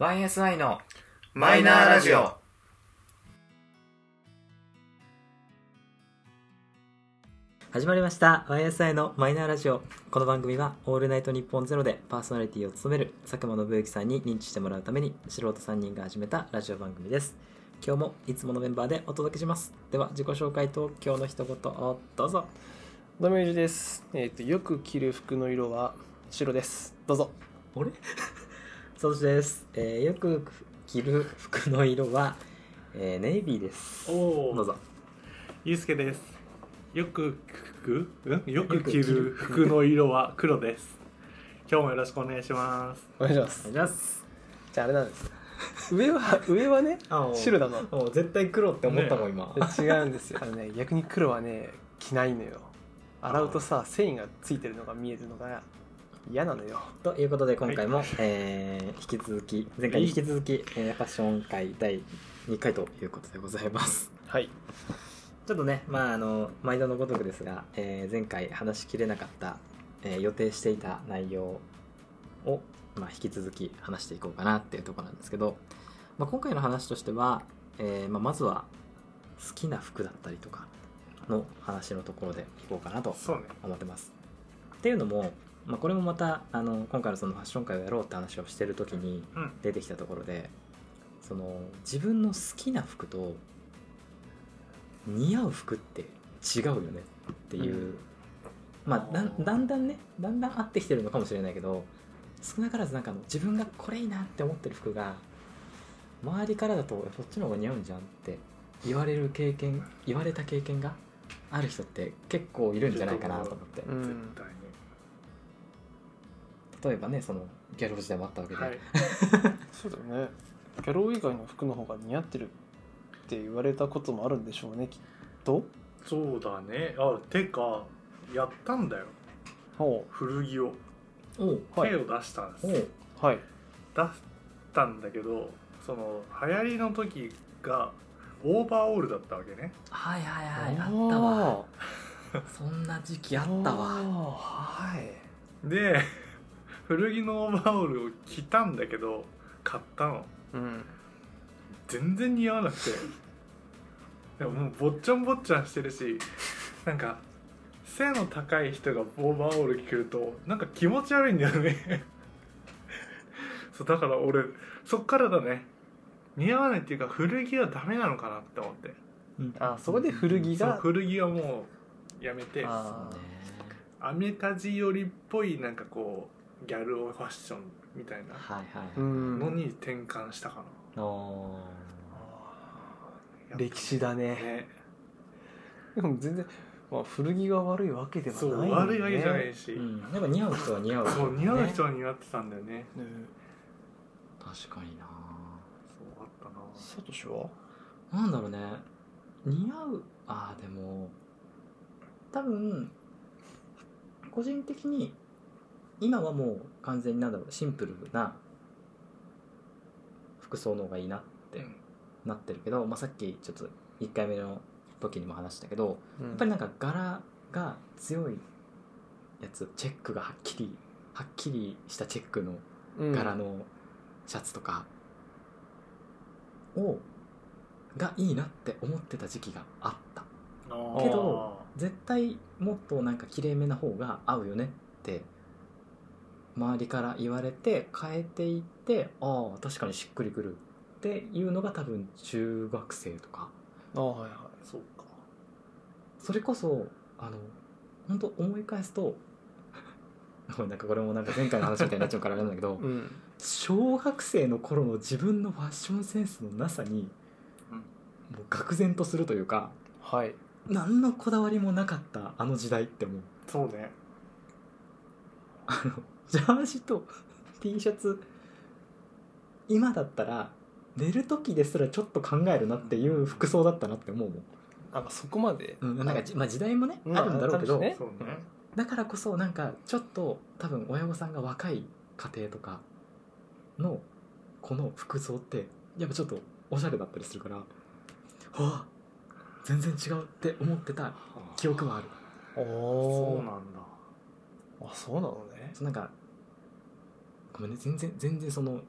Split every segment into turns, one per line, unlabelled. YSI の
マイナーラジオ。
始まりました YSI のマイナーラジオこの番組は「オールナイトニッポンゼロでパーソナリティを務める佐久間信之さんに認知してもらうために素人3人が始めたラジオ番組です今日もいつものメンバーでお届けしますでは自己紹介と今日の一言をどうぞ
どうもゆうじです。えっ、とよく着る服の色は白です。どうぞ。
あれ サトシです、えーよく着る服の色は、えーネイビーです
おお
どうぞ
ゆうすけですよく服うんよ
よ
く
く
着
着
る
る
服の色は黒です今日もよろしくお願いします
お願いしま
お
す
願い。します
じゃああれなんです。上は 上はね
あお
白だの。
もう絶対黒って思ったもん今、
違うんですよ。あのね逆に黒はね着ないのよ。洗うとさ繊維がついてるのが見えるのが嫌なのよ。
ということで今回も、えー引き続き前回に引き続き、えーファッション会第2回ということでございます
はい。
ちょっとねまああの毎度のごとくですが、えー前回話しきれなかった、えー予定していた内容を、まあ、引き続き話していこうかなっていうところなんですけど、まあ、今回の話としては、えーまあ、まずは好きな服だったりとかの話のところでいこうかなと
そうね
思ってます。っていうのも、まあ、これもまたあの今回のそのファッション会をやろうって話をしてる時に
うん
出てきたところでその自分の好きな服と似合う服って違うよねっていう、
うん
まあだんだんだんねだんだん合ってきてるのかもしれないけど少なからずなんかあの自分がこれいいなって思ってる服が周りからだとそっちの方が似合うんじゃんって言われる経験言われた経験がある人って結構いるんじゃないかなと思って
うん
絶対ね
例えばねそのギャル時代もあったわけで、
はい
そうだよね。ギャロー以外の服の方が似合ってるって言われたこともあるんでしょうねきっと。
そうだねあてかやったんだよ
ほ
古着を
おう
はい
手を出したんです、
おう
うはい。
出したんだけどその流行りの時がオーバーオールだったわけね
はいはいはいあ
お
ったわ
ー。
そんな時期あったわ
おーはい。
で 古着のオーバーオールを着たんだけど買ったの
うん。
全然似合わなくてでももうぼっちゃんぼっちゃんしてるしなんか背の高い人がオーバーオール着るとなんか気持ち悪いんだよねそうだから俺そっからだね似合わないっていうか古着はダメなのかなって思って
あそこで古着
その
が。
古着はもうやめて
あー
アメカジ寄りっぽいなんかこうギャル男ファッションみたいな
はいは
う
い
ん。
のに転換したかな、
お
やっぱ
歴史だね
ね
でも全然、まあ、古着が悪いわけではない
そ
よね
う悪いわけじゃないし、
うん、なんか似合う人は似合う、
そう似合う人
は
は似合ってたんだよね
うん
確かにな
そうあったな
サトシは
なんだろうね似合うああでも多分個人的に今はもう完全になんだろうシンプルな服装の方がいいなってなってるけど、まあ、さっきちょっと1回目の時にも話したけど、やっぱりなんか柄が強いやつチェックがはっきりはっきりしたチェックの
うん
柄のシャツとかをがいいなって思ってた時期があったけど絶対もっとなんかきれいめな方が合うよねって周りから言われて変えていってああ確かにしっくりくるっていうのが多分中学生とか
ああはいはい
そうか
それこそあの本当思い返すと ごめんなんかこれもなんか前回の話みたいになっちゃうからあれなんだけど
うん
小学生の頃の自分のファッションセンスのなさに
うん
もう愕然とするというか
はい
何のこだわりもなかったあの時代ってもう
そうね
あのジャージと T シャツ今だったら寝る時ですらちょっと考えるなっていう服装だったなって思うもん、
なんかそこまで
うんなんかじまあ、時代もね、
うん
あるんだろうけど、
あるしね
そうね
だからこそなんかちょっと多分親御さんが若い家庭とかのこの服装ってやっぱちょっとおしゃれだったりするからはあ全然違うって思ってた記憶はある
お
そ
お
うなんだ
あそうなのね
そうなんかごめんね全然全然その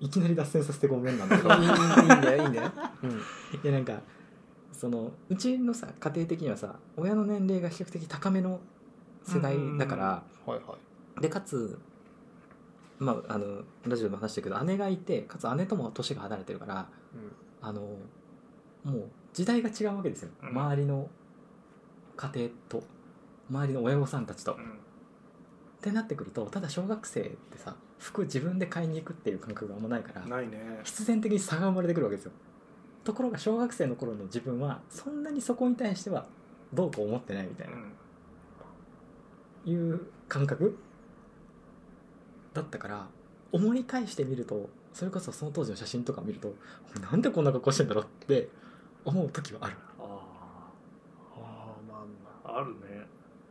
いきなり脱線させてごめんなんだけど
いいいいんだよいいんだよ、う ん、
いやなんかそのうちのさ家庭的にはさ親の年齢が比較的高めの世代だから、
はいはい
でかつまああのラジオでも話したけど姉がいてかつ姉とも年が離れてるからあのもう時代が違うわけですよ、
うん
周りの家庭と周りの親御さんたちと、
う
っ
ん
てなってくるとただ小学生ってさ服自分で買いに行くっていう感覚があんまないから
ないね
必然的に差が生まれてくるわけですよところが小学生の頃の自分はそんなにそこに対してはどうこう思ってないみたいうな、
ん
いう感覚だったから思い返してみるとそれこそその当時の写真とか見るとなんでこんな格好してんだろうって思う時はある
あ
ああまあま
ああるね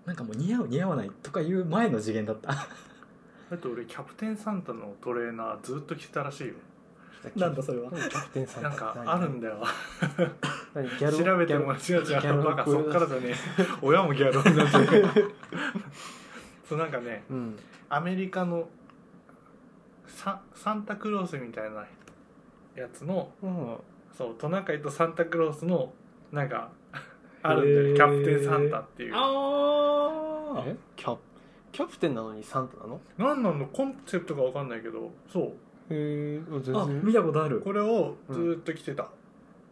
なんかもう似合う似合わないとかいう前の次元だった
だって俺キャプテンサンタのトレーナーずっと着てたらしいよ
あ
なんだそれは
何キャプテンさん
なんかあるんだよ
何ギャル
調べても
ギ
ら違う
ギャ
違
ル
うバカそっからだね親もギャルになっ
ャ
て
ル
るそうなんかね
うん
アメリカのササンタクロースみたいなやつの
うん
そうトナカイとサンタクロースのなんか あるんだよ、
へー
キャプテンサンタっていう
あ
えキャキャプテンなのにサンタなの
何なのコンセプトかわかんないけどそう
へえ全
あ見たことある
これをずっと着てた、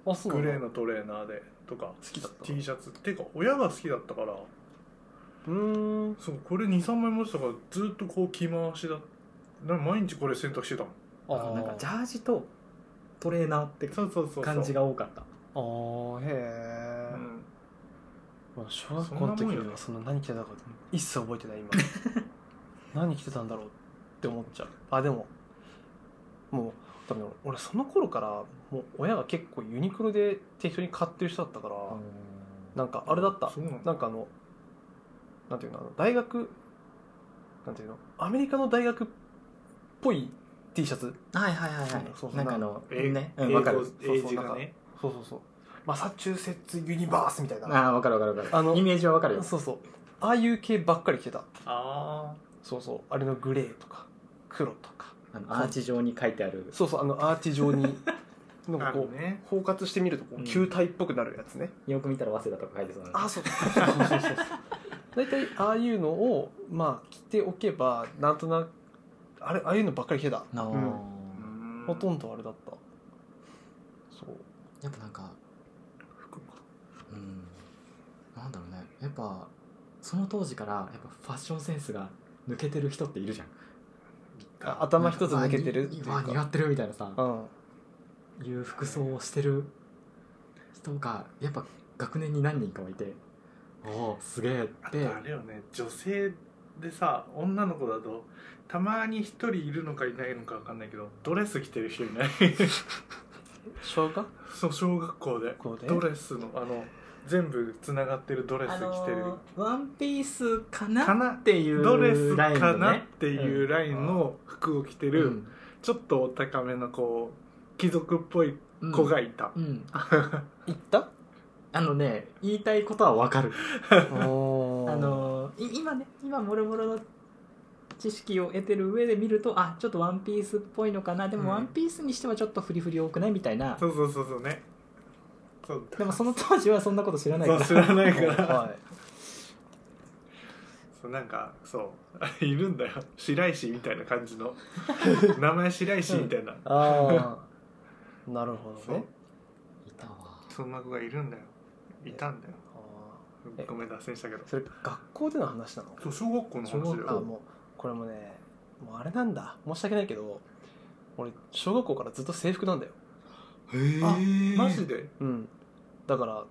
あそうな
グ
んだ
レーのトレーナーでとか
好きだったの
T シャツっていうか親が好きだったから
うーん
そうこれ23枚持ってたからずっとこう着回しだな毎日これ洗濯してたもん
あ
あ
ー
なんかジャージとトレーナーって
そうそうそうそう
感じが多かった
あーへ
う
え、
ん
まあ小学校の時にはその何着てたか一切覚えてない今 何着てたんだろうって思っちゃうあでももう多分俺その頃からもう親が結構ユニクロで適当に買ってる人だったから、なんかあれだった
そうなんだ
なんかあのなんていうのあの大学なんていうのアメリカの大学っぽい T シャツ
はいはいはいはい
そうそう
なんかあの
え
ねう
英
ん
語
わかる
英字がね
そうそうそうマサチューセッツユニバースみたいな
ああ分かる分かる分かる
あの
イメージは分かるよ
そうそうああいう系ばっかり着てた
あ
そうそうあれのグレーとか黒とか
あのアーチ状に書いてある
そうそうあのアーチ状にな
あ
んか
あ
こ
る
う、
ね
包括してみるとこ
う
うん球体っぽくなるやつね、
よく見たら早稲田とか書いてそうな
あそうそうそうそうそう大体ああいうのをまあ着ておけばなんとなくあれああいうのばっかり着てた
なあ
うんほと
ど
んどあれだったそう
やっぱなんかうんなんだろうねやっぱその当時からやっぱファッションセンスが抜けてる人っているじゃん
あ頭一つ抜けてるっていう
うわ似合
か
ってるみたいなさ
うん
いう服装をしてる人がやっぱ学年に何人かはいておおすげえっ
あ
て
とあれよね女性でさ女の子だとたまに一人いるのかいないのかわかんないけどドレス着てる人いない
小学
そう小学校で
校で
ドレスのあの全部つながってるドレス着てる、
ワンピースかな
かな
っていう
ドレス
ライン
か
の
なっ
ね
ていうラインの服を着てる、ちょっとお高めのこう貴族っぽい
うん
子がいた、
うんあ
行った
あのね言いたいことはわかる
おー
あのーい今ね今もろもろの知識を得てる上で見るとあちょっとワンピースっぽいのかなで
うん
もワンピースにしてはちょっとフリフリ多くないみたいな、
そうそうそうそうねそう
でもその当時はそんなこと知らないか
そう
ら
知らないから
は
そうなんかそういるんだよ 白石みたいな感じの名前白石みたいな、
いああなるほど
そ
ね
う
いたわ
そんな子がいるんだよいたんだよ
ああえ
ごめん脱線したけど
それ学校での話なの
そう小学校の話だ
小
あ
学
よ
校
もうこれもねもうあれなんだ申し訳ないけど俺小学校からずっと制服なんだよ
あマジで
うんだから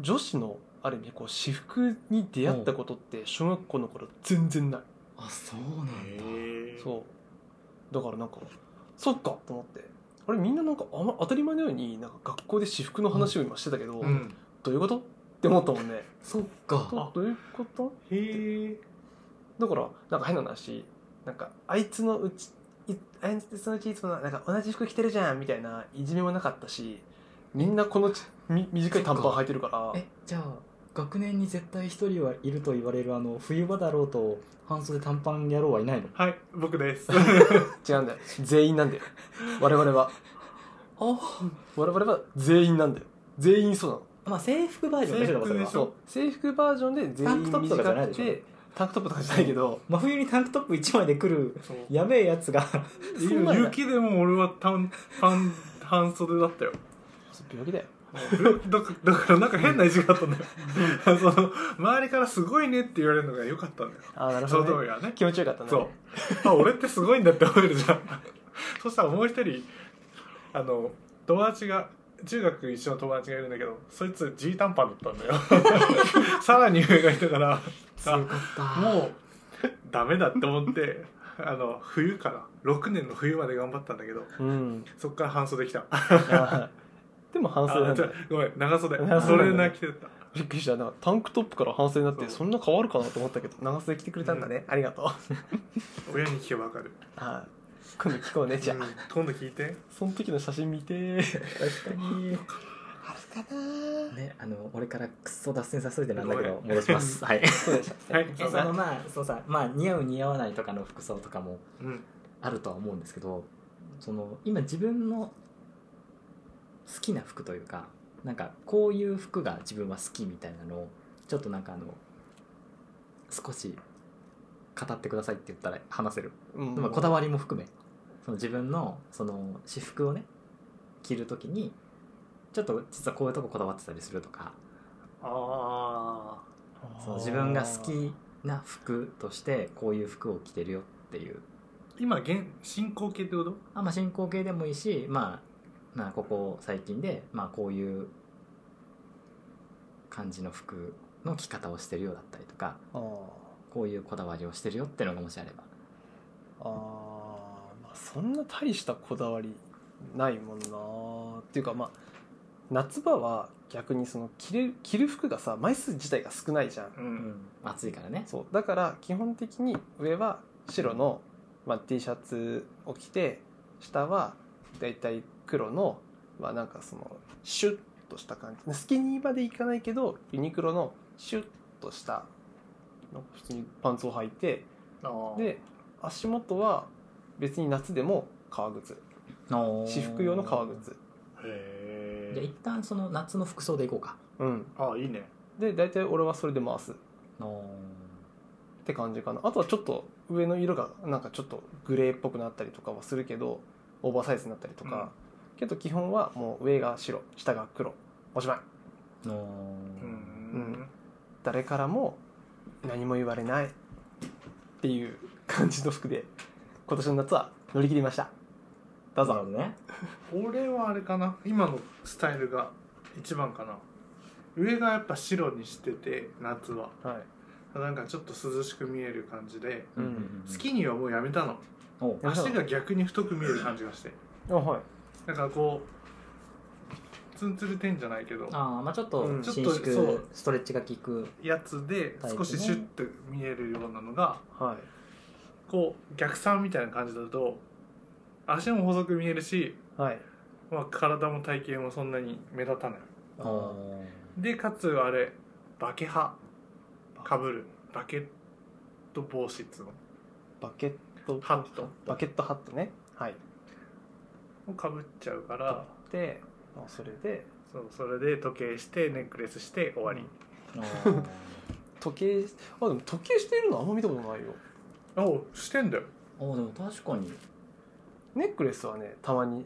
女子のある意味こう私服に出会ったことって小学校の頃全然ない、
あそうなんだ
へえ
そうだからなんかそっかと思ってあれみんななんかあ、ま、当たり前のようになんか学校で私服の話を今してたけど、
うん
どういうことって思ったもんね
そっか
どどういうこと
へえ
だからなんか変な話なんかあいつのうちいあいつのうちいつもなんか同じ服着てるじゃんみたいないじめもなかったしみんなこのちみ短い短パン履いてるから
えじゃあ学年に絶対一人はいると言われるあの冬場だろうと半袖短パン野郎はいないの
はい僕です
違うんだよ全員なんだよ我々は
あ
我々は全員なんだよ全員そうなの
あまあ制服バージョンでしょでもそれは
制服でし
そ
ょ
う制服バージョンで全員短
タンクトップとかじゃない
く
でしょ
てタンクトップとかじゃないけど
真冬にタンクトップ1枚で来る
そう
やべえやつが
そうなんだ
雪でも俺は短パン半袖だったよ
病気だよ
だかだからなんか変な意地があったんだよ その周りから「すごいね」って言われるのが良かったんだよ
ああなる
そ
ほ
の
ど、
通
ね
り、はね
気持ちよかったね
そうあ俺ってすごいんだって思えるじゃんそしたらもう一人あの友達が中学一緒の友達がいるんだけどそいつ G 短パンだったんだよ さらに上がいたからあ
強かった
もうダメだって思ってあの冬から6年の冬まで頑張ったんだけど
うん
そっから半袖来たあ
あーでも半袖なん
ち
だ
ょ
よ
ごめん長袖
長
そ
袖
れな着てた
びっくりしたなんかタンクトップから半袖になって
そう
そんな変わるかなと思ったけど長袖着てくれたんだねありがとう
親に聞けばわかる
あー今度聞こうねじゃあ、
うん今度聞いて
その時の写真見てー
確か に
あるかなー
ね、あの俺からクソ脱線させといてなんだけど
ごめん
戻します はい
そうでした
はい
えそのまあそうさまあ似合う似合わないとかの服装とかも
うん
あるとは思うんですけどその今自分の好きな服というかなんかこういう服が自分は好きみたいなのをちょっとなんかあの少し語ってくださいって言ったら話せる、
うん
まあこだわりも含めその自分のその私服をね着るときにちょっと実はこういうとここだわってたりするとか
あ
その自分が好きな服としてこういう服を着てるよっていう
あ今現進行形ってこと
あまあ、進行形でもいいし、まあ、まあここ最近で、まあ、こういう感じの服の着方をしてるようだったりとか
あー
こういうこだわりをしてるよっていうのがもしあれば
あー、まあ、そんな大したこだわりないもんなーっていうかまあ夏場は逆にその着れ着る服がさ枚数自体が少ないじゃん
うん
暑いからね
そうだから基本的に上は白の、まあ、T シャツを着て下はだいたい黒のまあなんかそのシュッとした感じスキニーまでいかないけどユニクロのシュッとしたなんか普通にパンツを履いて
ああ
で足元は別に夏でも革靴私服用の革靴
へ
じゃあ
え
一旦その夏の服装でいこうか
うん
ああいいね
で大体俺はそれで回すって感じかなあとはちょっと上の色がなんかちょっとグレーっぽくなったりとかはするけどオーバーサイズになったりとか、けど基本はもう上が白下が黒おしまい
うん
誰からも何も言われないっていう感じの服で今年の夏は乗り切りましたどう
なる
ぞ
ほどね
俺はあれかな今のスタイルが一番かな上がやっぱ白にしてて夏は
はい
なんかちょっと涼しく見える感じで
うん
スキニーはもうやめたの
おう
やめたの
足が逆に太く見える感じがして
あはい
なんかこうツンツルてんじゃないけど
ああまあちょっと
うん
ちょっ
伸
とそ
縮
う
ストレッチが効く
やつで
タイプね
少しシュッと見えるようなのが
はい
こう逆三みたいな感じだと足も細く見えるし、
はい
まあ、体も体型もそんなに目立たない
あ
お
ー
ー
でかつあれバケハかぶるバケット帽子っつうの
バケット
ハット
バケットハットねはい
をかぶっちゃうから
でまあそれで
そうそれで時計してネックレスして終わり、
おー
時計あでも時計してるのあんま見たことないよ
おうしてんだよ
おーでも確かに
ネックレスはねたまに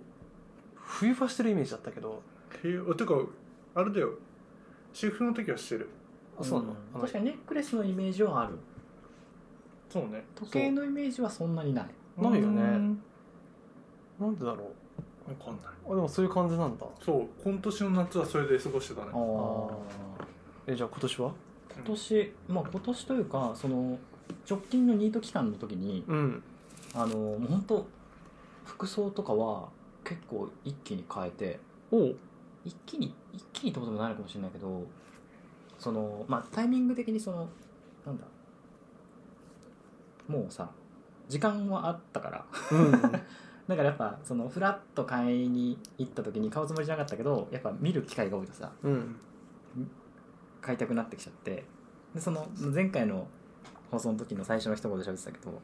冬場してるイメージだったけど
へえあてかあれだよ私服の時はしてる
あそうなの、
ん
あの
確かにネックレスのイメージはある
そうね
時計のイメージはそんなにない
ない
う
よね
ん
なんでだろ
わかんないう
あでもそういう感じなんだ
そう今年の夏はそれで過ごしてたね
あー
えじゃあ今年は
今年まあ今年というかその直近のニート期間の時に
うん
あのもう本当服装とかは結構一気に変えて
おう
一気に一気にってこともないのかもしれないけどそのまあタイミング的にそのなんだもうさ時間はあったから
うん
だからやっぱそのフラッと買いに行った時に買うつもりじゃなかったけどやっぱ見る機会が多いとさ
うん
買いたくなってきちゃってでその前回の放送の時の最初の一言で喋ってたけど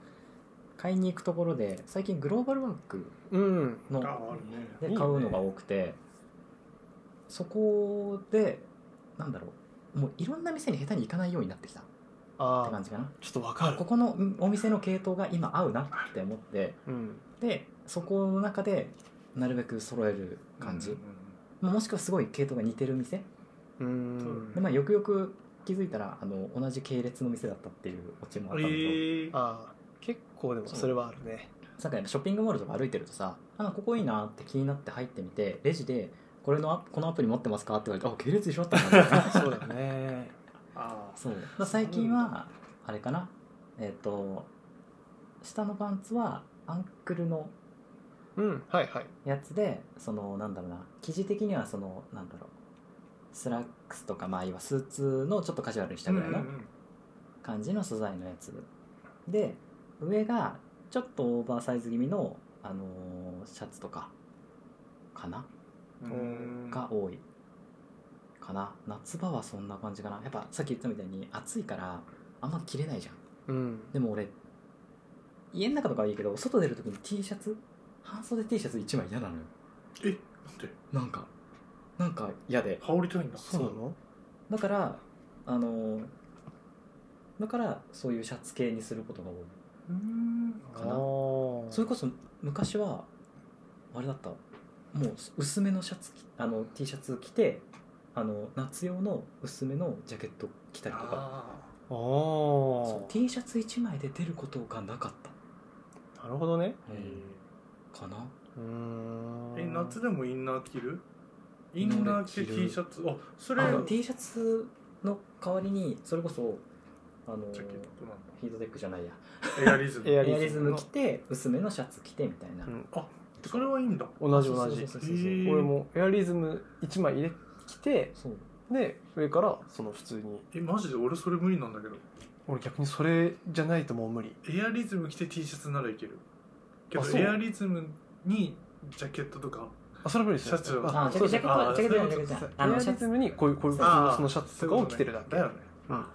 買いに行くところで最近グローバルバンク
うん
の
ああるね
で
いいね
買うのが多くてそこでなんだろうもういろんな店に下手に行かないようになってきたって
ああ
感じかな
ちょっとわかる
ここのんお店の系統が今合うなって思って
うん
でそこの中でなるべく揃える感じ、
うん
まあもしくはすごい系統が似てる店
う
そう
で、
ん
まあ、よくよく気づいたらあの同じ系列の店だったっていうオチもあ
う
っ
ん
た
う
んだけど、
んえー
ああ結構でもそれはあ るね
なんかやっぱショッピングモールとか歩いてるとさあここいいなって気になって入ってみてレジでこれのアこのアプリ持ってますかって言われてあ系列一緒だったんだみ たいな
そうだよね
あー
そうだから最近はあれかなえっ、と下のパンツはアンクルの
うんはいはい
やつでそのなんだろうな生地的にはそのなんだろうスラックスとかまあいわスーツのちょっとカジュアルにしたぐらいの
うんうんうん
感じの素材のやつで上がちょっとオーバーサイズ気味の、あのーシャツとかかな
うん
が多いかな夏場はそんな感じかなやっぱさっき言ったみたいに暑いからあんま着れないじゃん
うん
でも俺家の中とかはいいけど外出る時に T シャツ半袖 T シャツ1枚嫌なのよ
えなんで
なんかなんか嫌で
羽織りたいんだ
そうなの
だからあのーだからそういうシャツ系にすることが多い
うん
かな
あー
それこそ昔はあれだったもう薄めのシャツ着あの T シャツ着てあの夏用の薄めのジャケット着たりとか
あー
そう
あ
T シャツ1枚で出ることがなかっ
あなるほどね
た、かな
うーん
え夏でもインナー着るイ
インナー
ンナー着て
着る
T シャツあそれ
あの
ジ
T シャツの代わりにそれこそあの
ャケットなん
ヒートテックじゃないや
だエアリズム
エ
エ
ア
ア
リ
リ
ズ
ズ
ム
ム
の
着て薄めのシャツ着てみたいな、
うん
あそれはいいんだ
同じ同じ
そうそうそうそうそう
へー
俺もエアリズム1枚入れきて
そう
で上からその普通に
えマジで俺それ無理なんだけど
俺逆にそれじゃないともう無理
エアリズム着て T シャツならいけるけ
あ
ど
そう
エアリズムにジャケットとか
あそれは無理ですよ
シャツを
あ
あジャケジャケット
あー
はジャケットじゃないジ
そう
ャ
い
ケットじゃない
うこと
エ
あの
ア
シャ
リ
ツ
ズムにこういうこういうそ
あ
の
ー
そのシャツとかを着てるだけ
だよね
うん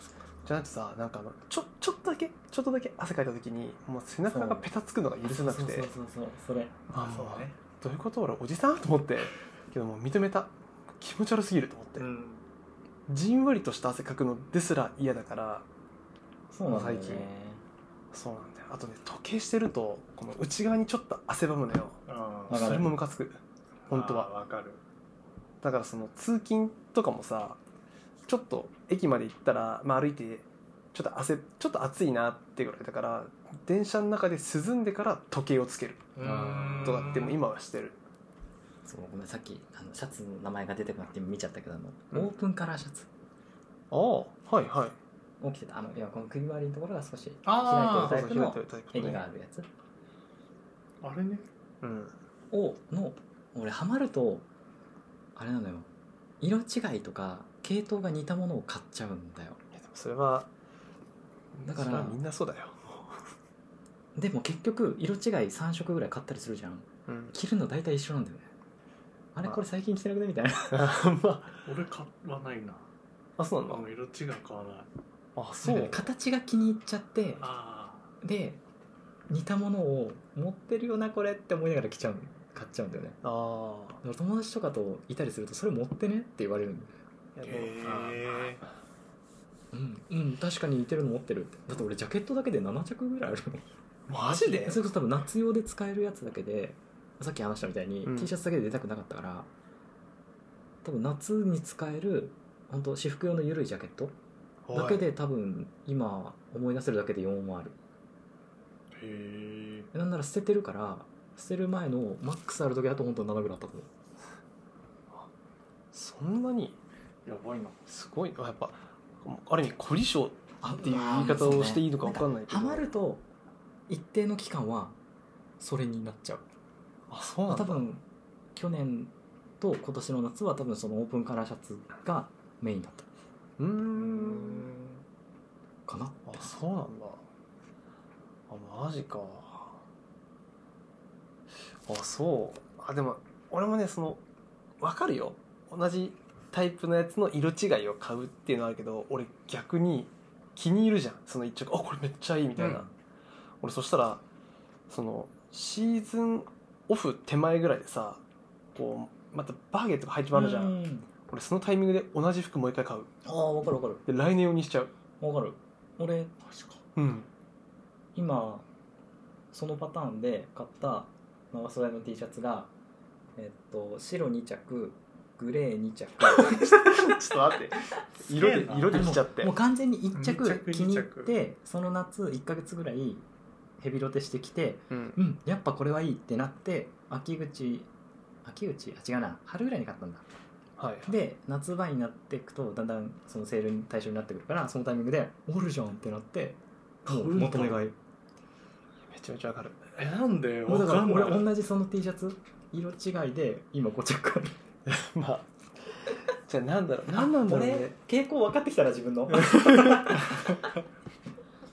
じゃなくてさなんかあのちょちょっとだけちょっとだけ汗かいた時にもう背中がペタつくのが許せなくて
そうそうそうそうそれ
あもう
そうね
どういうこと俺おじさんと思ってけどもう認めた気持ち悪すぎると思って、
うん
じんわりとした汗かくのですら嫌だから
そうなんだよね
最そうなんだよあとね時計してるとこの内側にちょっと汗ばむのよ
あ
わか
ー
る
それもムカつく本当は
あーわかる
だからその通勤とかもさちょっと駅まで行ったら、まあ、歩いてちょっと汗ちょっと暑いなってぐらいだから電車の中で涼んでから時計をつける
うん
とかっても今はしてる
そうごめんさっきあのシャツの名前が出てこなくて見ちゃったけどあの、
うん
オープンカラーシャツ
ああはいはい
起きてたあのいやこの首回りのところが少し
あー
開いてるタイプの
そうそう開いてるタイプのね
襟があるやつ
あれね
うん
をの俺ハマるとあれなのよ色違いとか系統が似たものを買っちゃうんだよ
いやでもそれは
だから
それはみんなそうだよ、
でも結局色違い3色ぐらい買ったりするじゃん
うん、
着るの大体一緒なんだよねあれ
まあ
これ最近着てなくねみたいな
まあ
俺買わないな
あそうなんだ
もう色違い買わない
あそ
なん か
う
ね形が気に入っちゃって
あ
で似たものを持ってるよなこれって思いながら着ちゃうの買っちゃうんだよね
あ
だから友達とかといたりするとそれ持ってねって言われるんだよ
あ
あいやでも
へえ
うん、うん、確かに似てるの持ってるってだって俺ジャケットだけで7着ぐらいあるもん
マジで
それこそ多分夏用で使えるやつだけでさっき話したみたいに、
うん
T シャツだけで出たくなかったから多分夏に使える本当私服用の緩いジャケットだけで多分今思い出せるだけで4もある
へえ
なんなら捨ててるから捨てる前のマックスある時だと本当7ぐらいあったと思う
そんなに
やばいな
すごいなやっぱある意味凝り性
あ
っていう言い方をしていいのか分かんないけど
ハマると一定の期間はそれになっちゃう
あそうなんだ
多分去年と今年の夏は多分そのオープンカラーシャツがメインだった
うー
うん
かな
あそうなんだあマジかあそうあでも俺もねその分かるよ同じタイプのやつの色違いを買うっていうのはあるけど俺逆に気に入るじゃんその一着あこれめっちゃいいみたいな、
うん
俺そしたらそのシーズンオフ手前ぐらいでさこうまたバーゲットが入ってまるじゃん、
うん
俺そのタイミングで同じ服もう一回買う
ああ分かる分か
で来年用にしちゃう
る分かる俺確か
うん
今そのパターンで買った長袖の T シャツが、えっと、白2着グレー2着
ちょっと待って色で色で来ちゃって
もう完全に1
二着
着
二着
気に入ってその夏1か月ぐらいヘビロテしてきて
うん
うんやっぱこれはいいってなって秋口秋口あ違うな春ぐらいに買ったんだ
はいはい
で夏場になっていくとだんだんそのセールに対象になってくるからそのタイミングで「おるじゃん」ってなってもうまとめ買い
めちゃめちゃわかる
えなんで
もう
わ
だか
からんない
俺同じその T シャツ色違いで今5着ある
まあじゃあ なんだろう何なんだろうね
俺傾向分かってきたら自分の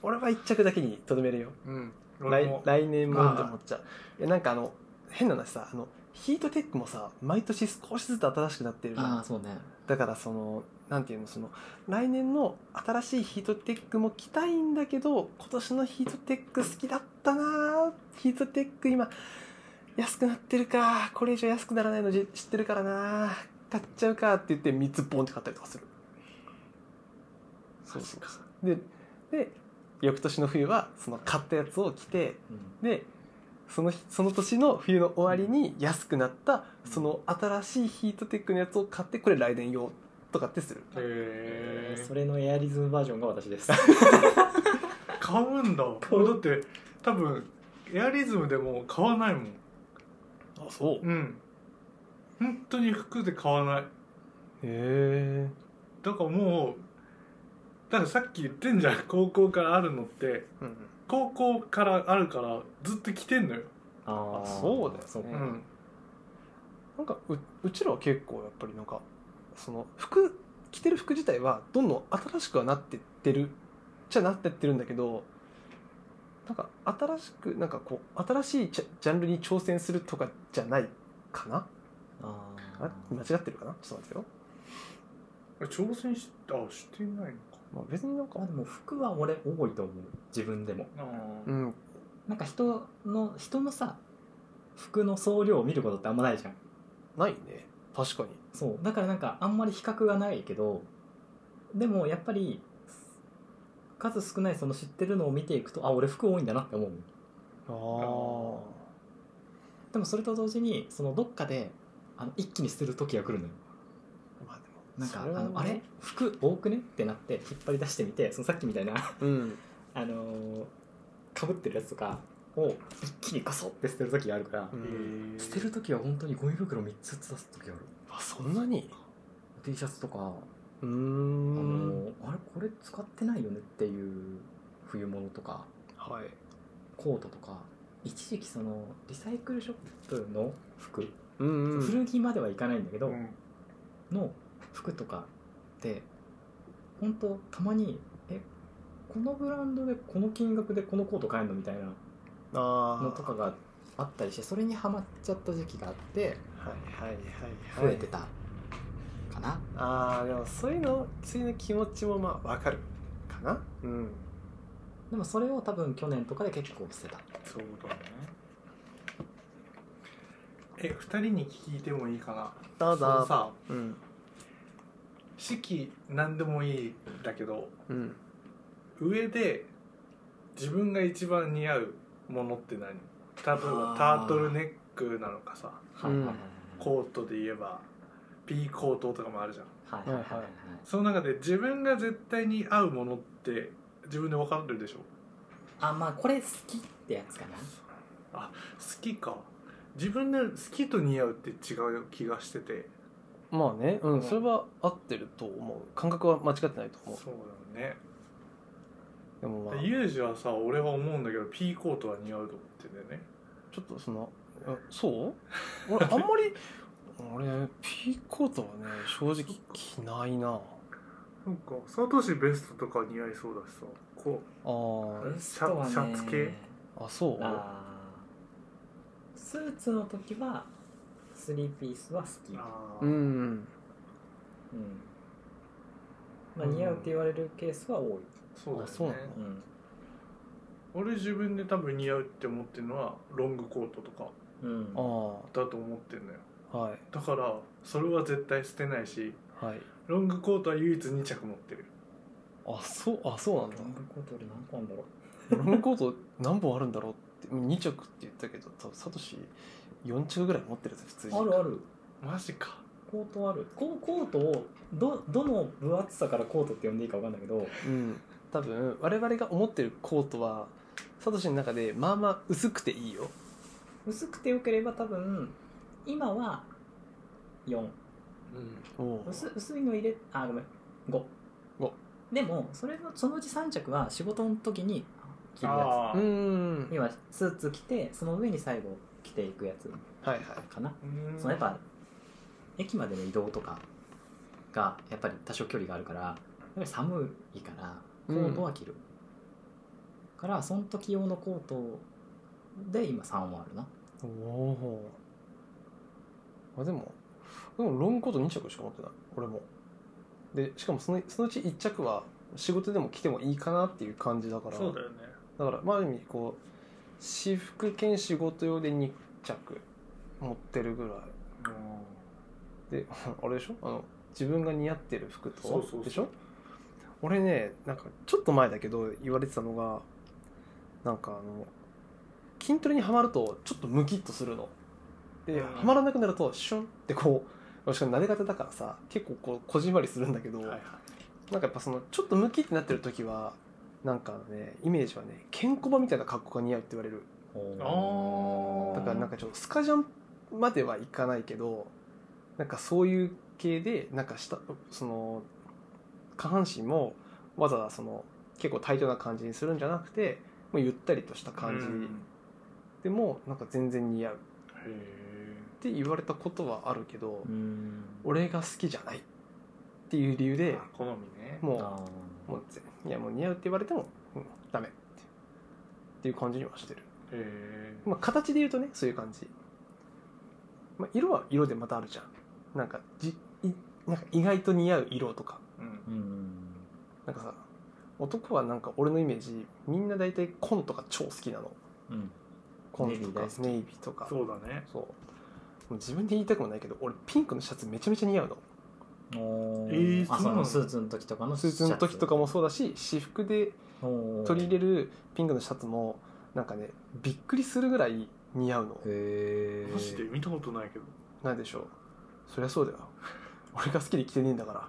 俺は一着だけにとどめるよ
うん俺
来
も
来年も
あー
って思っちゃういやなんかあの変な話さあのヒートテックもさ毎年少しずつ新しくなってるじゃん
ああそうね
だからそのなんていうのその来年の新しいヒートテックも着たいんだけど今年のヒートテック好きだったなーヒートテック今安くなってるかこれ以上安くならないのじ知ってるからなー買っちゃうかって言って3つボンって買ったりとかするそうそうそうでで翌年の冬はその買ったやつを着て
うん
でその日その年の冬の終わりに安くなった
うん
その新しいヒートテックのやつを買ってこれ来年用とかってする
へ
えー
え
それのエアリズムバージョンが私 です
買うんだ
う
だって多分エアリズムでも買わないもん
あそうへ
うん本当に服で買わない
え
だからもうだからさっき言ってんじゃ ん高校からあるのって
うん
高校からあるからずっと着てんのよ
あ
あそうだよね
そう
う
か
ん
なんかううちらは結構やっぱりなんかその服着てる服自体はどんどん新しくはなってってるじゃなってってるんだけどなんか新しくなんかこう新しいジャジャンルに挑戦するとかじゃないかな
あー
あ間違ってるかなちょっと待ってよ、
あ挑戦しあしてないのか
まあ、別になんか
まあでも服は俺多いと思う自分でも
あー
うん
なんか人の人のさ服の総量を見ることってあんまないじゃん
ないね確かに
そうだからなんかあんまり比較がないけどでもやっぱり数少ないその知ってるのを見ていくとあ俺服多いんだなって思うもん
あ
でもそれと同時にそのどっかであの一気に捨てる時が来るのよ
まあでも
なんかあ
それはね
のあれ服多くねってなって引っ張り出してみてそのさっきみたいな
うん
あのかぶってるやつとかを一気にこそって捨てる時があるから、
うん
へー
捨てる時は本当にゴミ袋3つずつ出す時ある
あそんなに
T シャツとかあ
うー
の
ん
あれこれ使ってないよねっていう冬物とか
はい
コートとか一時期そのリサイクルショップの服、
うんうん
古着まではいかないんだけど、
うん
の服とかって本当たまにえこのブランドでこの金額でこのコート買えるのみたいな
あ
のとかがあったりしてそれにハマっちゃった時期があって
はいはいはい
増
はい
えてたかな、
ああでもそういうのそういうの気持ちもまあわかるかなうん
でもそれを多分去年とかで結構捨てた
そうだねえ二人に聞いてもいいかな
どう
その
ぞ
さ
うん
四季何でもいいんだけど
うん
上で自分が一番似合うものって何例えばタ
あー
ートルネックなのかさ
はいはいはいはい
コートで言えばピーコートとかもあるじゃん
はいはいはいはい
その中で自分が絶対に合うものって自分で分かるでしょ
あまあこれ好きってやつかな
あ好きか自分で好きと似合うって違う気がしてて
まあねうん
それ
は合ってると思う感覚は間違ってないと
そうだよね
でもま
でユージはさ俺は思うんだけどピーコートは似合うと思ってんだよね
ちょっとそのあそう 俺あんまり俺ピーコートはね正直着ないな
なんか佐藤氏ベストとか似合いそうだしさこ
あー
えシャ
ベトはね
シャツ系
あそう
あースーツの時はスリーピースは好き
うあ
うん
うんまあ、似合うって言われるケースは多い、
そうだよ
あそうな
ね
の
うん
俺自分で多分似合うって思ってるのはロングコートとか
うん
あ
だと思ってるのよ
あはい
だからそれは絶対捨てないし
はい
ロングコートは唯一2着持ってる
あそうあそうなんだ
ロングコート俺何個あんだろ
ロングコート何本あるんだろうって2着って言ったけど多分サトシ4着ぐらい持ってるやつ普通
う
に
あるある
マジか
コートあるココートをどどの分厚さからコートって呼んでいいか分かんないけど
うん多分我々が思ってるコートはサトシの中でまあまあ薄くていいよ
薄くてよければ多分今は4
うん
おお
薄薄いの入れあごめん5
五
でもそれのそのうち3着は仕事の時に着るや
あ
うー
ー
ん
つ今スーツ着てその上に最後着ていくやつ
はいはい
かな、
うん
そのやっぱ駅までの移動とかがやっぱり多少距離があるからやっぱり寒いからコートは着る、からその時用のコートで今3はあるな
おおあでもでもロングコート2着しか持ってない俺もでしかもそのそのうち1着は仕事でも着てもいいかなっていう感じだから
そうだよね
だからまあある意味こう私服兼仕事用で2着持ってるぐらいであれでしょあの自分が似合ってる服と
そうそうそう
でしょ俺ねなんかちょっと前だけど言われてたのがなんかあの筋トレにはまるとちょっとムキッとするので
うん
はまらなくなるとシュンってこうしかも慣れ方だからさ結構こうこじんまりするんだけど、
はいはい
なんかやっぱそのちょっとムキってなってる時はなんかねイメージはねケンコバみたいな格好が似合うって言われる
あー
だからなんかちょっとスカジャンまではいかないけどなんかそういう系でなんか下その下半身もわざわざその結構タイトな感じにするんじゃなくてもうゆったりとした感
うんへ
じでもなんか全然似合うっ
え
て言われたことはあるけど
うん
俺が好きじゃないっていう理由で
あ好みね
も
あ
う
ー
もうぜいやもう似合うって言われても、うん、ダメってっていう感じにはしてる、
へえ
まあ、形で言うとねそういう感じ、まあ、色は色でまたあるじゃんなんかじいなんか意外と似合う色とか
うん
うん
なんかさ男はなんか俺のイメージみんな大体紺とか超好きなの
うん
紺とか
ネイビー大好き
ネイビーとか
そうだね
そうもう自分で言いたくもないけど俺ピンクのシャツめちゃめちゃ似合うの
お
えー
あ
そう
そ
なの
のスーツの時とかの
スーツの時とかもそうだし私服で取り入
れ
れるピンクのシャツもなんかねびっくりするぐらい似合うの
へえ
マジで見たことないけど
なんでしょうそりゃそうだよ 俺が好きで着てねえんだから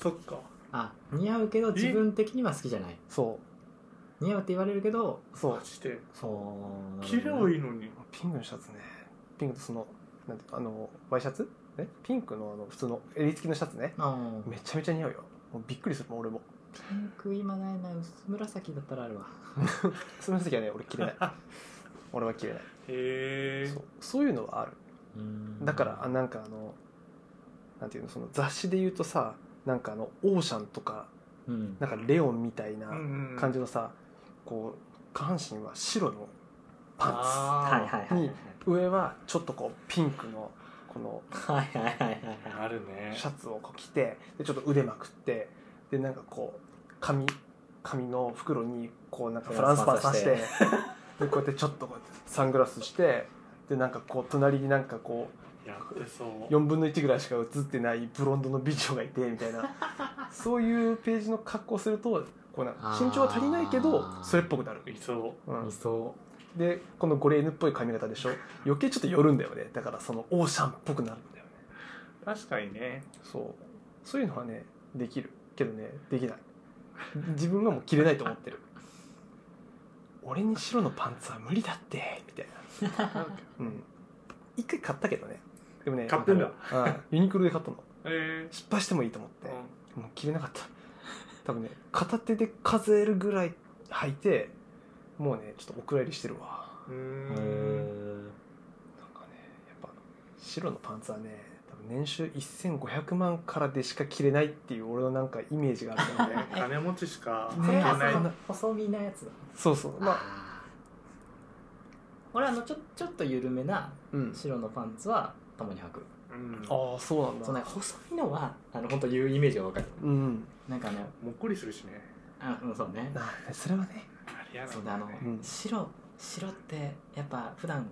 そっか
あ似合うけど自分的には好きじゃない
そ
似合うって言われるけど
うそう
マジで
そう
着ればいいのに
ピンクのシャツねピンクとそのなんていうかあのワイシャツねピンクのあの普通の襟付きのシャツね
あー
めちゃめちゃ似合うよもうびっくりするもん俺も
ピンク今ないな薄紫だったらあるわ
その時はね 俺着れない俺は着れない
へえ
そうそういうのはあるだからあ
の
なんかあのなんていうのその雑誌で言うとさなんかあのオーシャンとか
うん
なんかレオンみたいな、
うんうん
感じのさこう下半身は白のパ
あ
はい
ー
はいはいはい
にンツ上はちょっとこうピンクのこの
はいはいはいはいはい
あるね
シャツをこう着てでちょっと腕まくってでなんかこう紙紙の袋にこうなんかフランスパン刺して
フ
でこうやってちょっとこうやってサングラスしてでなんかこう隣になんかこ
やってそう
う4分の1ぐらいしか写ってないブロンドの美女がいてみたいなそういうページの格好をするとこうなんか身長は足りないけど
あー
それっぽくなる。
いそう
うん
理想
でこのゴレーヌっぽい髪型でしょ余計ちょっと寄るんだよねだからそのオーシャンっぽくなるんだよね
確かにね
そうそういうのはねできるけどねできない自分はもう着れないと思ってる俺に白のパンツは無理だってみたいな うん一回買ったけどねでもね
買ってんだ
うんユニクロで買ったの
え
失敗してもいいと思って
え
もう着れなかった多分ね片手で数えるぐらい履いてもうねちょっとお蔵入りしてるわ
うん
へー
うん
なんかねやっぱ白のパンツはね多分年収1500万からでしか着れないっていう俺のなんかイメージがあるからね
金持ちしか
ねえ
買え
あ
ない
そう細身なやつだ
そうそうまあ
あー俺あのちょちょっと緩めな
うん
白のパンツはたまに履く
ううんあ
ああそうなんだ
そうなんか細いのはあの本当言うイメージがわかる
うん
なんかあの
もっこりするしね
あうんそうね
あそれはね
あれ嫌な
そうんだ
だ
あ
よ
の、
ね
うん
白白ってやっぱ普段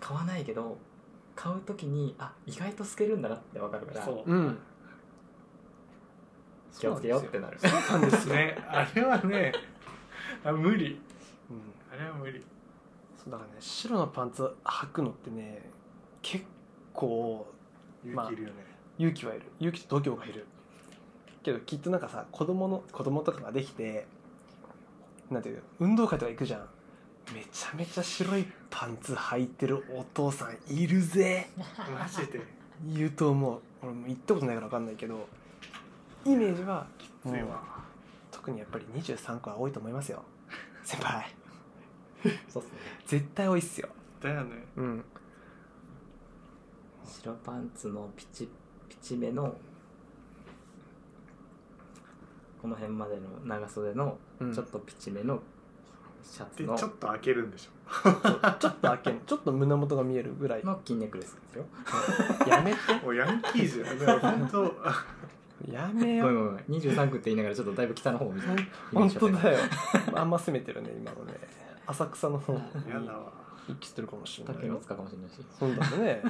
買わないけど買う時にあ意外と透けるんだなってわかるから
そう
うん
気をつけようってなる
そうなんですねあれはねあ無理
うん
あれは無理
そうだからね白のパンツ履くのってね結構ま
勇
あ
気いるよね、
勇気はいる勇気と度胸がいるけどきっとなんかさ子供の子供とかができてなんていうの運動会とか行くじゃんめちゃめちゃ白いパンツ履いてるお父さんいるぜ
マジで
言 うと思う俺も行ったことないから分かんないけどイメージはも
強
う
いわ
特にやっぱり23個は多いと思いますよ 先輩
そうっすね
絶対多いっすよ
だよね
うん
白パンツのピチピチめのこの辺までの長袖の
うん
ちょっとピチめのシャツ
で
の、
ちょっと開けるんでしょ
ちょっと開けん ちょっと胸元が見えるぐらい
の金ネックレスですよ
やめて
もうヤンキーじゃんだから本当
やめ
ごめん
よ
ごめんごめん23区って言いながらちょっとだいぶ北の方を見て
本当だよ あんま攻めてるね今のね浅草の方に
嫌だわ
行きてるかもしれない
竹の
よ
塚かもしれないし
そうだね
ね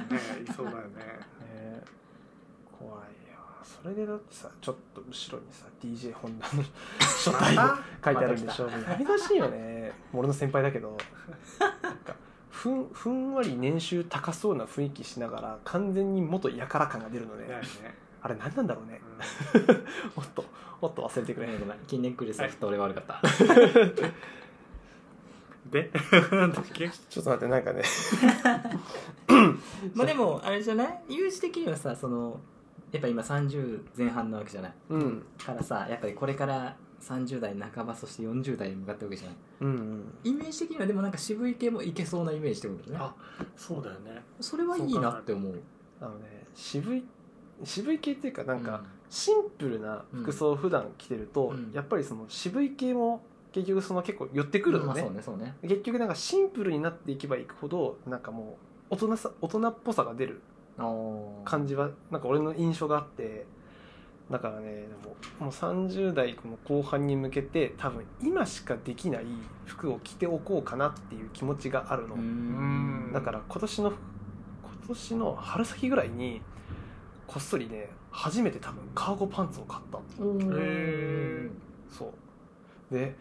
いそうだよね
ね怖いよそれでだってさちょっと後ろにさ DJ 本田の書体を書いてあるんでしょ、やめてほしいよね俺の先輩だけどなんかふんふんわり年収高そうな雰囲気しながら完全に元やから感が出るのね
だよね、
あれ何なんだろうね
うん
もっともっと忘れてく
ご
れ
めんごめん金ネックレスを振った俺が悪かった
で、なんだっけ
ちょっと待ってなんかね
まあでもあれじゃない有志的にはさそのやっぱ今30前半なわけじゃない
うん
からさやっぱりこれから30代半ばそして40代に向かってるわけじゃない
うんうん
イメージ的にはでもなんか渋い系もいけそうなイメージってことだね
あそうだよね。
それはいいなって思う
あのね渋い渋い系っていうかなんか、
う
シンプルな服装を普段着てると、
うん
やっぱりその渋い系も結局その結構寄ってくるの
まあ
ね,、
そうねそうね
結局なんかシンプルになっていけばいくほどなんかもう大人さ大人っぽさが出る感じはなんか俺の印象があってだからねでももう30代この後半に向けて多分今しかできない服を着ておこうかなっていう気持ちがあるの、
うーん
だから今年の今年の春先ぐらいにこっそりね初めて多分カーゴパンツを買った
へー
そうで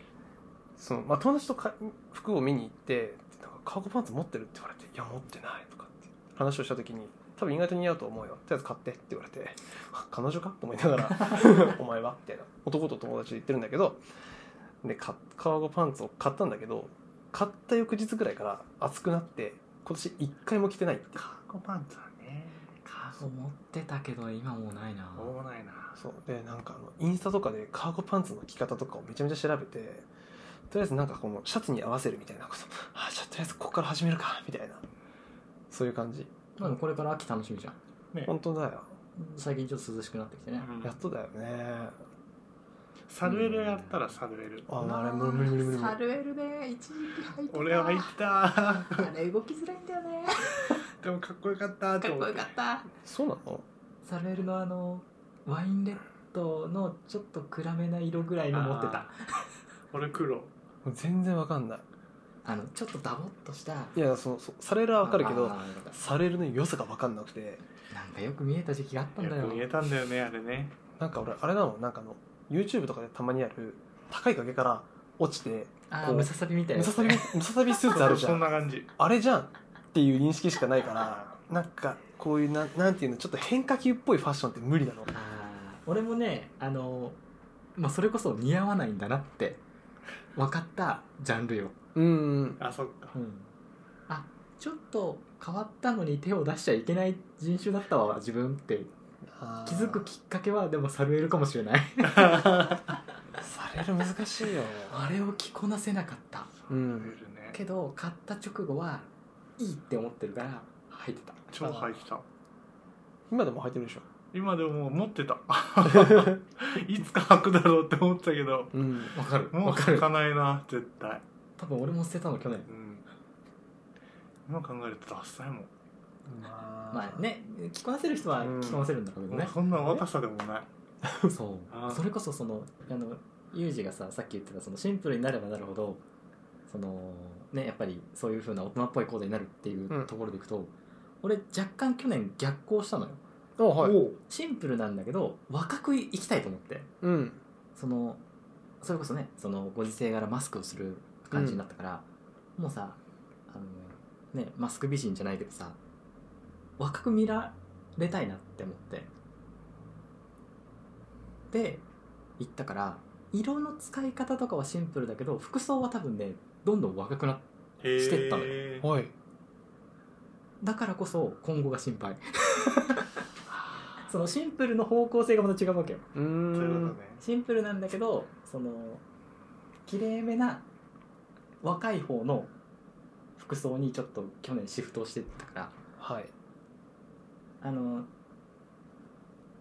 その、まあ、友達とか服を見に行って「なんかカーゴパンツ持ってる?」って言われて「いや持ってない」とかって話をした時に「多分意外と似合うと思うよとりあえず買って」って言われて あ「彼女か?」と思いながら 「お前は?」みたいな男と友達で行ってるんだけどでかカーゴパンツを買ったんだけど買った翌日ぐらいから暑くなって今年一回も着てないっていう
カーゴパンツはね、
カゴ持ってたけど今もうないな
おもないな。
そうでなんかあのインスタとかでカーゴパンツの着方とかをめちゃめちゃ調べてとりあえずなんかこのシャツに合わせるみたいなことあじゃあとりあえずここから始めるかみたいなそういう感じ
まあでもこれから秋楽しみじゃん
本当だよ
最近ちょっと涼しくなってきてね
やっとだよね
サルエルやったらサルエル。
ああれ無理無理無理無理
サルエルね一時期入ってた
俺は入 った
あれ動きづらいんだよね
でもかっこよかったと
かっ
思
こ
っ
よ
て
かった
そうなの
サルエルのあのワインレッドのちょっと暗めな色ぐらいの持ってたあ
あー俺黒
もう全然わかんない
のちょっとダボっとした
いやそうそうサレルはわかるけど
あーなんか
サレルの良さがわかんなくて
なんかよく見えた時期があったんだ
よ
よ
く見えたんだよねあれね
なんか俺あれだもんなんかあの YouTube とかでたまにある高い崖から落ちて
あ
こ
ー
う
ムササビみたいな
ム
や
サ
つ
サビムササビスーツあるじゃ
そ
ん
んな感じ
あれじゃんっていう認識しかないからなんかこういうなんなんていうのちょっと変化球っぽいファッションって無理だろ
あー俺もねあの、まあ、それこそ似合わないんだなって分かったジャンルよ、
うん
あそっか
あちょっと変わったのに手を出しちゃいけない人種だったわ自分って気づくきっかけはでもサルエルかもしれない
される難しいよ
あれを着こなせなかった
う
サルエ
ん
ルね
けど買った直後はいいって思ってるから履いてた
超履いてた
今でも履いてるでしょ
今でも持ってた いつか履くだろうって思ってたけど
うん
わかる
もう
わか
履
る
かないな絶対
多分俺も捨てたの去年
うん今考えるとダサいもん
ま
まあね着こなせる人は
うん
着こなせるんだろうけど
もう
ね、
そんな若さでもない
そ
あー
うそれこそそのあのユージがささっき言ってたそのシンプルになればなるほどそのねやっぱりそういう風な大人っぽい行動になるっていう
うん
ところでいくと、俺若干去年逆行したのよ
あはい
おう
シンプルなんだけど若くいきたいと思って
うん
そのそれこそねそのご時世柄マスクをする感じになったから、もうさあの、ね、マスク美人じゃないけどさ若く見られたいなって思ってで行ったから色の使い方とかはシンプルだけど服装は多分ねどんどん若くなっ
へー
してったの
はい
だからこそ今後が心配 そのシンプルの方向性がまた違うわけよ
うー
そういうこ
ん
とね
シンプルなんだけどそのきれいめな若い方の服装にちょっと去年シフトをしてったから
はい
あの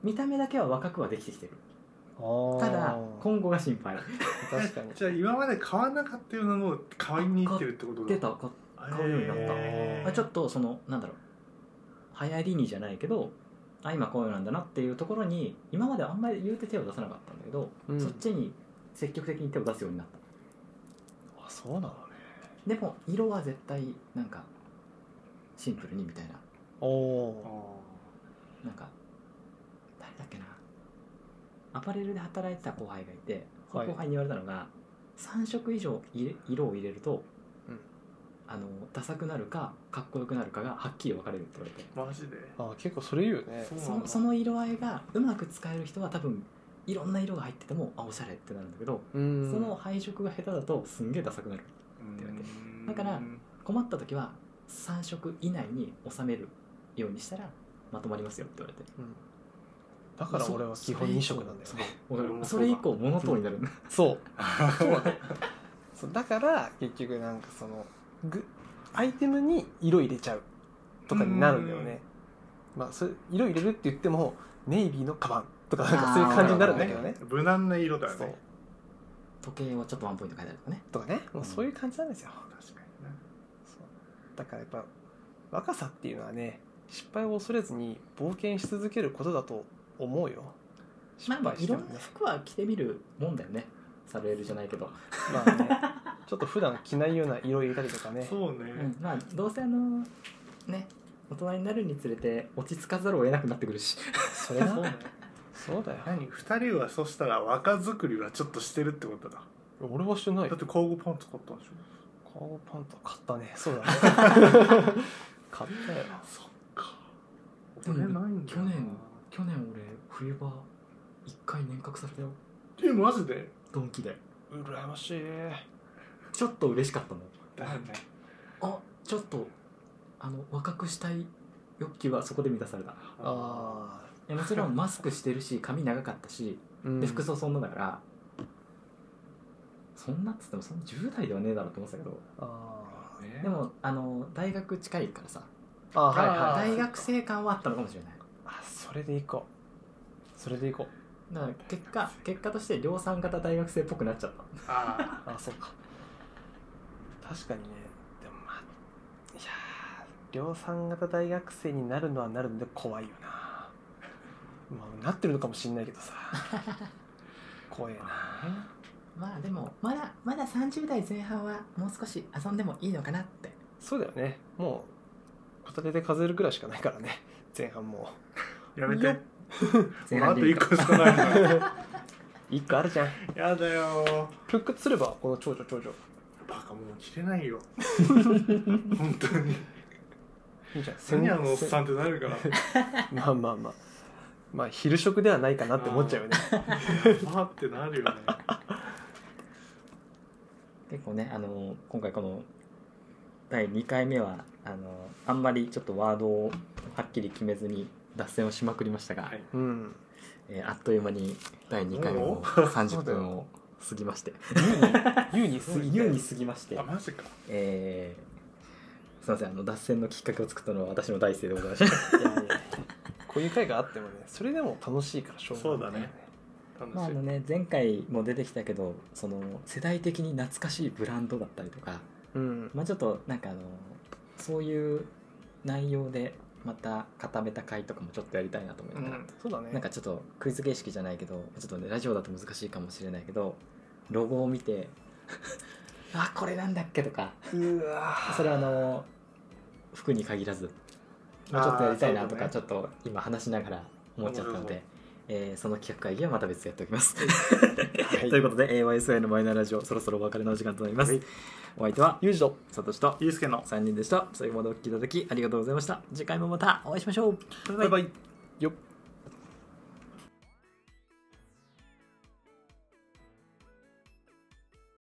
見た目だけは若くはできてきてる
あー
ただ今後が心配
確かに
じゃあ今まで買わなかったようなのを買いに行ってるってこと
出たこ
買
買うようになったまあちょ
っ
っとそのなんだろう流行りにじゃないけどあ今こういうのなんだなっていうところに今まではあんまり言うて手を出さなかったんだけど、
うん
そっちに積極的に手を出すようになった
あそうなのね
でも色は絶対なんかシンプルにみたいな
おお
なんか誰だっけなアパレルで働いてた後輩がいて、その
はい
後輩に言われたのが3色以上入れ色を入れると、
うん
あのダサくなるかかっこよくなるかがはっきり分かれるって言われて
マジで
あ結構それ言うよね
そう
そ
なん
の
だ
その色合いがうまく使える人は多分いろんな色が入っててもあおしゃれってなるんだけど、
うん
その配色が下手だとすんげえダサくなる
うん
だから困った時は3色以内に収めるようにしたらまとまりますよって言われて
うんだから俺は基本
そ
2色なんだよね
そうわか
うん
るそれ以降モノトーンになるんだ
そうそうなの そうだから結局なんかそのぐアイテムに色入れちゃうとかになるんだよねまあそれ色入れるって言ってもネイビーのカバンとかなんかそういう感じになるんだけどね
無難な色だよ
そう
ね
時計をちょっとワンポイント変えたりとかね
とかねもうそういう感じなんですよ
確かにね
そうだからやっぱ若さっていうのはね失敗を恐れずに冒険し続けることだと思うよ失
まあまあ
敗し
い
て
ろ
も
ん
ね
な服は着てみるもんだよねサルエルじゃないけど、
まあねちょっと普段着ないような色入れたりとかね
そう
う
ね
ん、まあどうせあのね大人になるにつれて落ち着かざるを得なくなってくるし
それ
そう
な
ね
そうだよ
何二人はそしたら若作りはちょっとしてるってことだ
俺はしてない
だって交互パンツ買ったんでしょ
カーゴパンツ買った ねそうだね買ったよ
そっか
でも
俺ないんだよな
去年去年俺冬場一回年賀来されたよ
えマジで
ドンキで
羨ましい
ちょっと嬉しかったもん
だよね
あちょっとあの若くしたい欲求はそこで満たされたい
ああ
やもちろんマスクしてるし髪長かったし
うん
で服装そんなだから、そんなっつってもそんな10代ではねえだろうと思ってたけど
あー
ね
でもあの大学近いからさ
あはい
あー
はい
大学生感はあったのかもしれない
あそれでいこうそれでいこ
だから結果結果として量産型大学生っぽくなっちゃった
あ
うあそうか確かにねでもまあいやー量産型大学生になるのはなるんで怖いよなまあなってるのかもしんないけ どさ怖えな
あ
まあでもまだまだ30代前半はもう少し遊んでもいいのかなって
そうだよねもう片手で数えるぐらいしかないからね前半も
やめて
よっ
前
俺あ
半
と
でいい
一
か
個しかないの よ
1個あるじゃん
やだよ
復活すればこの長女長女
バカもう着れな いよ本当に
いいじゃんせん
何あのおっ
せ
さんってなるから
んまあまあまあまあ昼食ではないかなって思っちゃうよ ね
バーってなるよ ね
結構ねあの今回この第2回目はあのあんまりちょっとワードをはっきり決めずに脱線をしまくりましたが、
はい
うん
えーあっという間に第2回
お
も
お
30分を過ぎまして
優に
すごいね
優に過ぎまして
あ、マジか
えーすいませんあの脱線のきっかけを作ったのは私の大生でございました
いやいやこういう会があってもねそれでも楽しいからしょうがないんよ
楽しい、
まああのね前回も出てきたけどその世代的に懐かしいブランドだったりとか
うん
まあちょっとなんかあのそういう内容でまた固めた回とかもちょっとやりたいなと思いながら、
そうだね
なんかちょっとクイズ形式じゃないけどちょっとねラジオだと難しいかもしれないけどロゴを見て あこれなんだっけとか
うわ
それはあの服に限らずちょっとやりたいなとかちょっと今話しながら思っちゃったので、えーその企画会議はまた別でやっておきます。 ということで、えー YSI のマイナーラジオそろそろお別れのお時間となります。
はい
お相手は
ユージと
サトシと
ゆうすけの
3人でした。最後までお聞きいただきありがとうございました。次回もまたお会いしましょう。バイバイ
イよっ